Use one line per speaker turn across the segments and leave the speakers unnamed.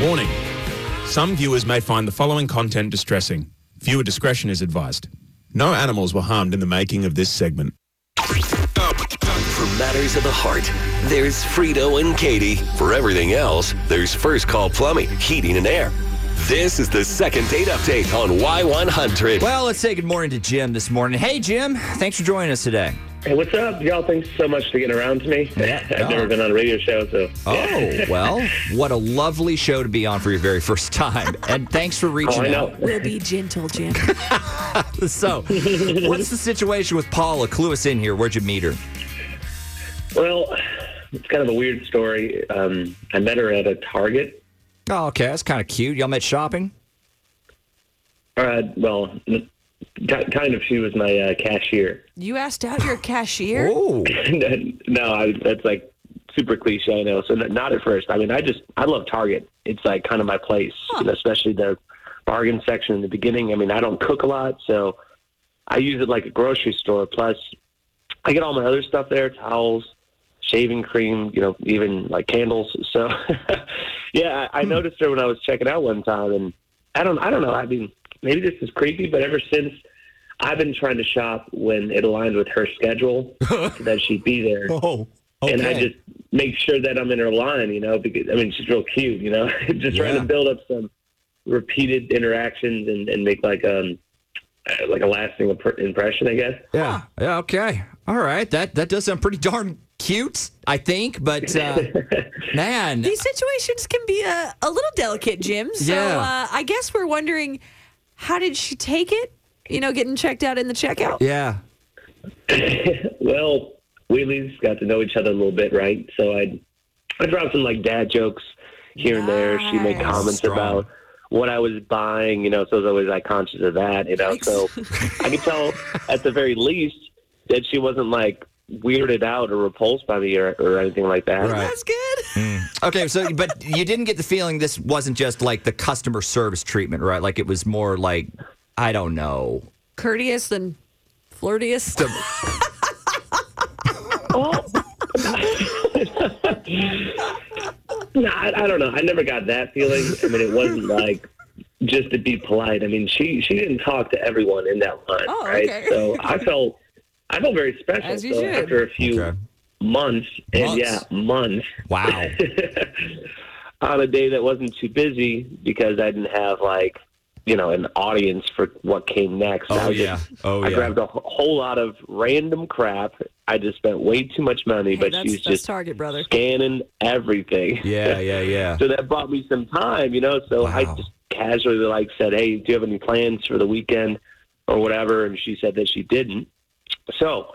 Warning Some viewers may find the following content distressing. Viewer discretion is advised. No animals were harmed in the making of this segment.
For matters of the heart, there's Frito and Katie. For everything else, there's First Call Plumbing, Heating and Air. This is the second date update on Y100.
Well, let's say good morning to Jim this morning. Hey, Jim, thanks for joining us today.
Hey, what's up, y'all? Thanks so much for getting around to me. I've never been on a radio show, so yeah.
Oh, well, what a lovely show to be on for your very first time. And thanks for
Oh, I
reaching out.
know.
We'll be gentle, Jim.
So, what's the situation with Paula? Clue us in here. Where'd you meet her?
Well, it's kind of a weird story. Um, I met her at a Target.
Oh, okay. That's kind of cute. Y'all met shopping?
Uh, well, n- ki- kind of. She was my uh, cashier.
You asked out your cashier.
Oh,
no, I, that's like super cliche, I know. So n- not at first. I mean, I just I love Target. It's like kind of my place, you know, especially the bargain section in the beginning. I mean, I don't cook a lot, so I use it like a grocery store. Plus, I get all my other stuff there: towels, shaving cream, you know, even like candles. So, yeah, I, I noticed her when I was checking out one time, and I don't, I don't know. I mean, maybe this is creepy, but ever since. I've been trying to shop when it aligned with her schedule so that she'd be there
oh,
and I just make sure that I'm in her line, you know, because I mean she's real cute, you know. just trying
Yeah.
to build up some repeated interactions and, and make like um uh, like a lasting imp- impression, I guess.
yeah, yeah, okay, all right. That that does sound pretty darn cute, I think. But uh, man,
These situations can be uh, a, a little delicate, Jim. So
Yeah.
uh, I guess we're wondering how did she take it? You know, getting checked out in the checkout?
yeah,
Well, we at least got to know each other a little bit, right? So I I dropped some like dad jokes here and there. She made
Nice.
comments
Strong.
about what I was buying, you know, so I was always like conscious of that, you know. So I could tell at the very least that she wasn't like weirded out or repulsed by me or, or anything like that.
Right.
That's good.
Mm. Okay, so but you didn't get the feeling this wasn't just like the customer service treatment, right? Like it was more like I don't know.
Courteous and flirtious.
No, I, I don't know. I never got that feeling. I mean, it wasn't like just to be polite. I mean, she she didn't talk to everyone in that line,
Oh,
right?
okay.
So I felt I felt very special.
As you
so
should.
after a few
Okay.
months, and
Months.
yeah, months
Wow.
on a day that wasn't too busy because I didn't have like you know an audience for what came next. I
Oh
was just
yeah. Oh
I
yeah.
grabbed a wh- whole lot of random crap. I just spent way too much money,
Hey,
but
that's,
she was
that's
just
Target, brother.
scanning everything.
Yeah, yeah, yeah.
so that bought me some time, you know. So I
Wow.
just casually like said, "Hey, do you have any plans for the weekend or whatever?" And she said that she didn't. So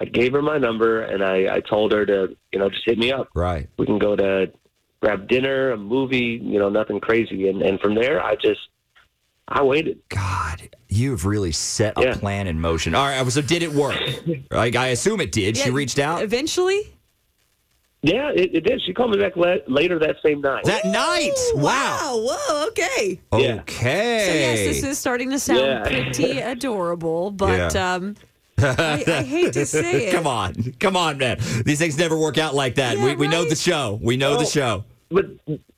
I gave her my number and I, I told her to, you know, just hit me up.
Right.
We can go to grab dinner, a movie, you know, nothing crazy. And and from there, I just I waited.
God, you've really set a
Yeah.
plan in motion. All right. So did it work? like I assume it did. she
Yeah,
reached out
Eventually,
Yeah, it, it did. She called me back la- later that same night.
that night. Wow.
Whoa, okay.
Yeah.
Okay.
So, yes, this is starting to sound
Yeah.
pretty adorable, but
Yeah.
um, I, I hate to say it.
Come on. Come on, man. These things never work out like that.
Yeah,
we we know
right?
the show. We know the
Oh.
show.
But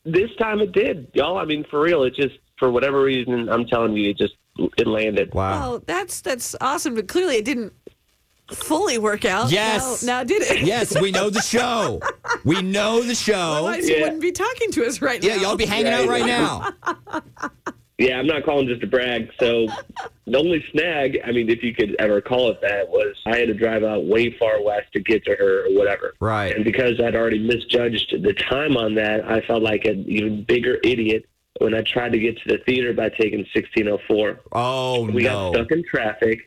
this time it did, y'all. I mean, for real, it just for whatever reason, I'm telling you, it just it landed.
Wow.
Oh, that's that's awesome, but clearly it didn't fully work out.
Yes.
Now, now did it?
Yes, we know the show. We know the show.
Otherwise, you
Yeah.
wouldn't be talking to us right
Yeah,
now.
y'all be hanging out right now.
Yeah, I'm not calling just to brag. So the only snag, I mean, if you could ever call it that, was I had to drive out way far west to get to her or whatever.
Right.
And because I'd already misjudged the time on that, I felt like an even bigger idiot when I tried to get to the theater by taking 1604.
Oh
We
no!
got stuck in traffic,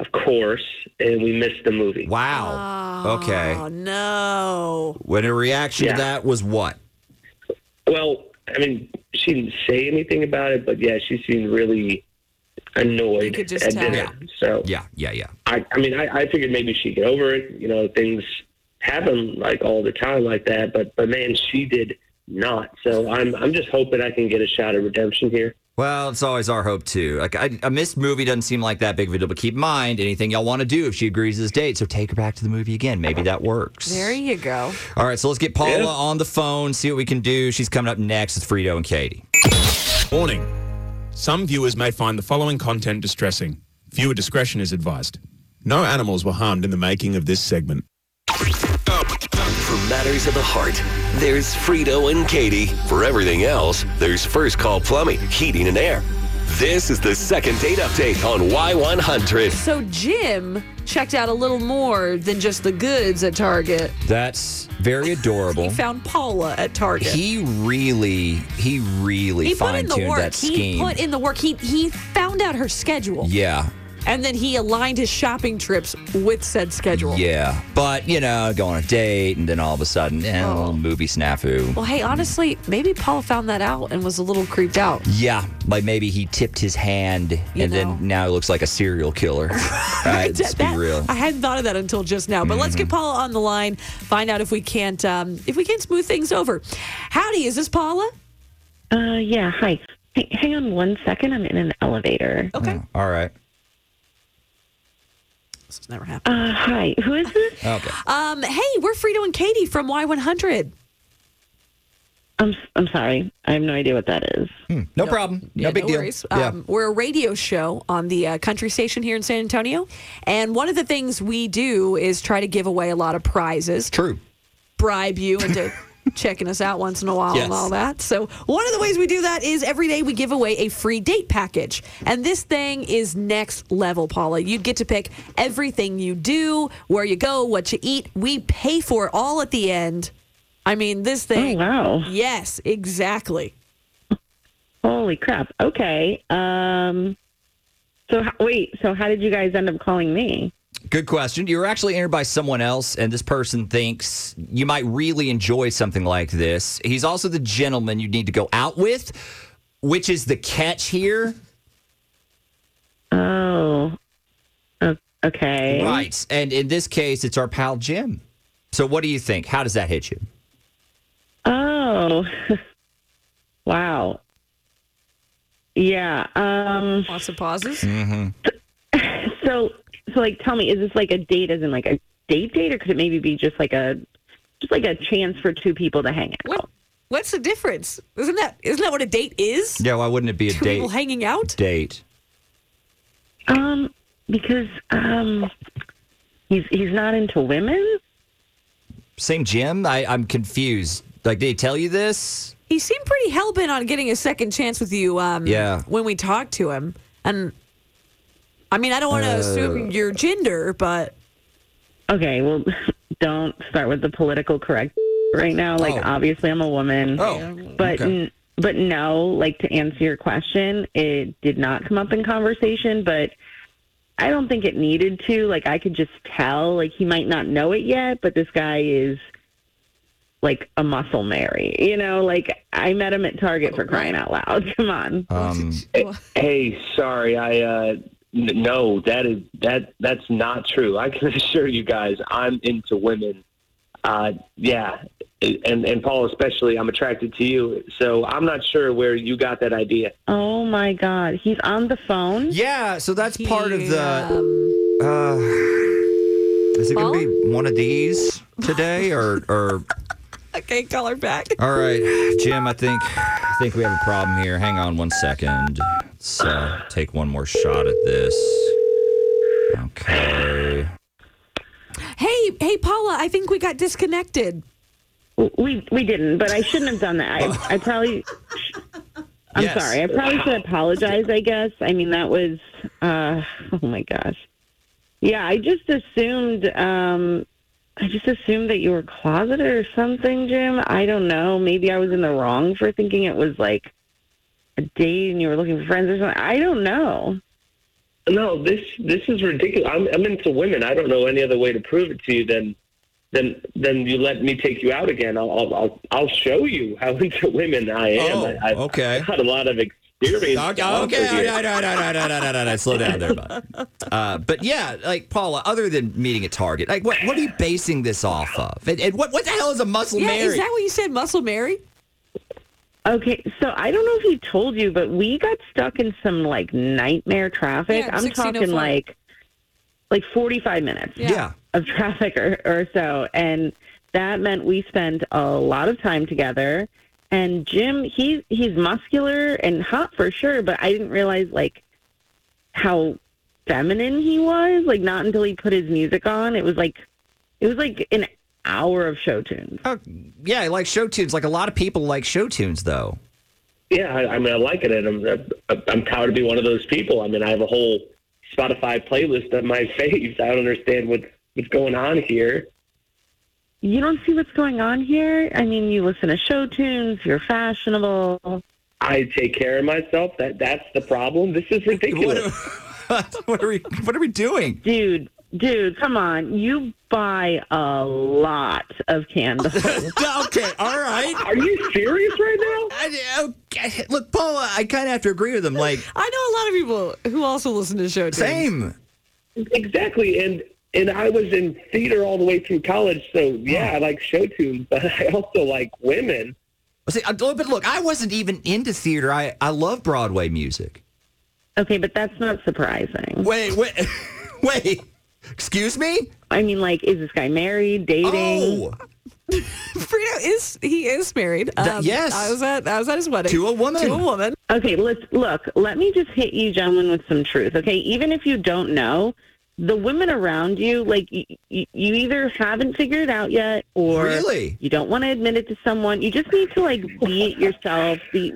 of course, and we missed the movie.
Wow.
Oh
okay.
no.
When her reaction
Yeah.
to that was what?
Well, I mean, she didn't say anything about it, but yeah, she seemed really
You
annoyed
could just
at
tell.
dinner. So
Yeah, yeah, yeah.
I, I mean, I, I figured maybe she'd get over it. You know, things happen like all the time like that. But but man, she did not. So I'm I'm just hoping I can get a shot at redemption here.
Well, it's always our hope too. Like I, a missed movie doesn't seem like that big of a deal, but keep in mind anything y'all want to do if she agrees to this date. So take her back to the movie again. Maybe that works.
There you go.
All right, so let's get Paula on the phone, see what we can do. She's coming up next with Frito and Katie.
Warning. Some viewers may find the following content distressing. Viewer discretion is advised. No animals were harmed in the making of this segment.
For matters of the heart, there's Frito and Katie. For everything else, there's First Call Plumbing, Heating and Air. This is the second date update on Y100.
So Jim checked out a little more than just the goods at Target.
That's very adorable.
He found Paula at Target.
Oh. He really, he really
He put
fine
in the
tuned
work.
that
He
scheme.
put in the work. He he found out her schedule.
yeah,
And then he aligned his shopping trips with said schedule.
yeah. But, you know, go on a date and then all of a sudden, eh,
Oh.
a little movie snafu.
Well, hey, honestly, maybe Paula found that out and was a little creeped out.
Yeah, like maybe he tipped his hand
You
and
know.
then now he looks like a serial killer. right, let's
That-
be real. Mm-hmm.
I hadn't thought of that until just now. But let's get Paula on the line, find out if we can't um, if we can smooth things over. Howdy, is this Paula?
Uh, yeah. Hi. H- hang on one second. I'm in an elevator.
Okay,
All right.
this has never happened.
Uh, hi. Who is this?
Okay.
Um, hey, we're Frito and Katie from Y100.
I'm I'm sorry. I have no idea what that is.
No, problem. No
Yeah,
big
no
deal.
worries.
Yeah.
Um, we're a radio show on the uh, country station here in San Antonio, and one of the things we do is try to give away a lot of prizes,
True.
bribe you into checking us out once in a while
Yes.
and all that. So one of the ways we do that is every day we give away a free date package, and this thing is next level, Paula. You get to pick everything you do, where you go, what you eat. We pay for it all at the end. I mean, this
Oh
thing.
wow.
Yes, exactly.
Holy crap. Okay. Um. So h- wait. So how did you guys end up calling me?
Good question. You were actually entered by someone else, and this person thinks you might really enjoy something like this. He's also the gentleman you need to go out with, which is the catch here.
Oh. O- Okay.
Right. And in this case, it's our pal Jim. So, what do you think? How does that hit you?
Oh. wow. Yeah. Um.
Lots of pauses.
Mm.
So, so like, tell me, is this like a date? As in, like a date date, or could it maybe be just like a, just like a chance for two people to hang out?
What? What's the difference? Isn't that isn't that what a date is?
Yeah, why wouldn't it be a
Two
date?
people hanging out.
date.
Um, because um, he's he's not into women.
Same Jim? I, I'm confused. Like, did he tell you this?
He seemed pretty hell bent on getting a second chance with you. Um,
Yeah.
When we talked to him, and I mean, I don't want
Uh.
to assume your gender, but
Okay, well, don't start with the political correct right now. Like,
Oh.
obviously, I'm a woman.
Oh,
but
okay.
n- but no, like to answer your question, it did not come up in conversation, but. I don't think it needed to. Like, I could just tell. Like, he might not know it yet, but this guy is like a muscle Mary. You know, like, I met him at Target for crying out loud. Come on.
Um,
Hey, sorry, I uh, n- no, that is that that's not true. I can assure you guys, I'm into women. Uh, yeah, and and Paul especially, I'm attracted to you. So I'm not sure where you got that idea.
Oh my God, he's on the phone.
yeah, so that's part of
he,
the.
um,
Uh, is it going to
Well?
be one of these today or. or
okay, call her back.
All right, Jim. I think I think we have a problem here. Hang on one second. Let's uh, take one more shot at this. Okay.
Hey, hey, Paula, I think we got disconnected.
We we didn't, but I shouldn't have done that. I, I probably. I'm
Yes.
sorry. I probably should apologize. I guess. I mean, that was. Uh, oh my gosh. Yeah, I just assumed. Um, I just assumed that you were closeted or something, Jim. I don't know. Maybe I was in the wrong for thinking it was like a date and you were looking for friends or something. I don't know.
No, this this is ridiculous. I'm I'm into women. I don't know any other way to prove it to you than than than you let me take you out again. I'll I'll I'll, I'll show you how into women I am.
Oh,
I, I've
okay.
got a lot of experience.
Okay. Okay.
to offer here.
all right, all right, all right, all right, all right, all right. Slow down there, bud. Uh, but yeah, like Paula. Other than meeting at Target, like what what are you basing this off of? And, and what what the hell is a muscle
Yeah,
Mary?
is that what you said, Muscle Mary?
Okay, so I don't know if he told you, but we got stuck in some like nightmare traffic.
Yeah,
I'm
1604.
talking like like 45 minutes
Yeah.
of traffic or, or so, and that meant we spent a lot of time together. And Jim, he's he's muscular and hot for sure, but I didn't realize like how feminine he was. Like not until he put his music on, it was like it was like an hour of show tunes.
Oh, yeah, I like show tunes. Like a lot of people like show tunes, though.
Yeah, I, I mean, I like it, and I'm I'm proud to be one of those people. I mean, I have a whole Spotify playlist of my faves. I don't understand what's what's going on here.
you don't see what's going on here. I mean, you listen to show tunes, you're fashionable.
I take care of myself. That that's the problem. This is
What
ridiculous.
are, what are we? What are we doing?
Dude, dude, come on. You buy a lot of candles.
okay, all right.
Are you serious right now?
I, okay. Look, Paula, I kind of have to agree with him. Like,
I know a lot of people who also listen to show tunes.
same.
Exactly, and and I was in theater all the way through college, so yeah, I like show tunes, but I also like women.
See, I- oh, but look, I wasn't even into theater. I, I love Broadway music.
okay, but that's not surprising.
Wait, wait, wait. Excuse me?
I mean, like, is this guy married, dating?
Oh,
Frito is he is married. Um,
Th- yes.
I was at I was at his wedding
To a woman.
To a woman.
Okay, let's look. Let me just hit you, gentlemen, with some truth. Okay, even if you don't know, the women around you, like, y- y- you either haven't figured it out yet, or
Really?
you don't want to admit it to someone. You just need to like be it yourself, be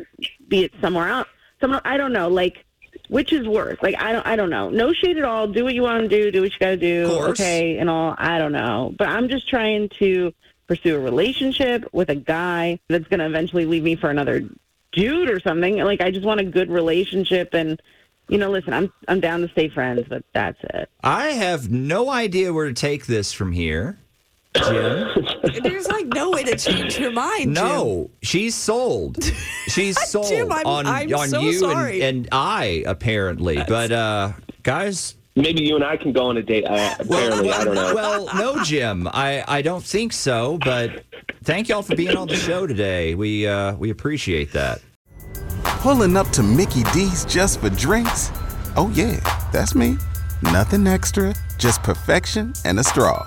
be it somewhere else. Someone I don't know, like. Which is worse? Like I don't, I don't know. No shade at all. Do what you want to do. Do what you got to do.
Course.
Okay, and all. I don't know, but I'm just trying to pursue a relationship with a guy that's going to eventually leave me for another dude or something. Like I just want a good relationship, and you know, listen, I'm I'm down to stay friends, but that's it.
I have no idea where to take this from here. Jim?
There's like no way to change your mind.
No, she's sold. She's sold
I'm-
on,
I'm
on
so
you
sorry.
And, and I, apparently. but, uh, guys,
Maybe you and I can go on a date. Uh, apparently, I don't know.
well, no, Jim. I, I don't think so, but thank y'all for being on the show today. We, uh, we appreciate that.
Pulling up to Mickey D's just for drinks? Oh, yeah, that's me. Nothing extra, just perfection and a straw.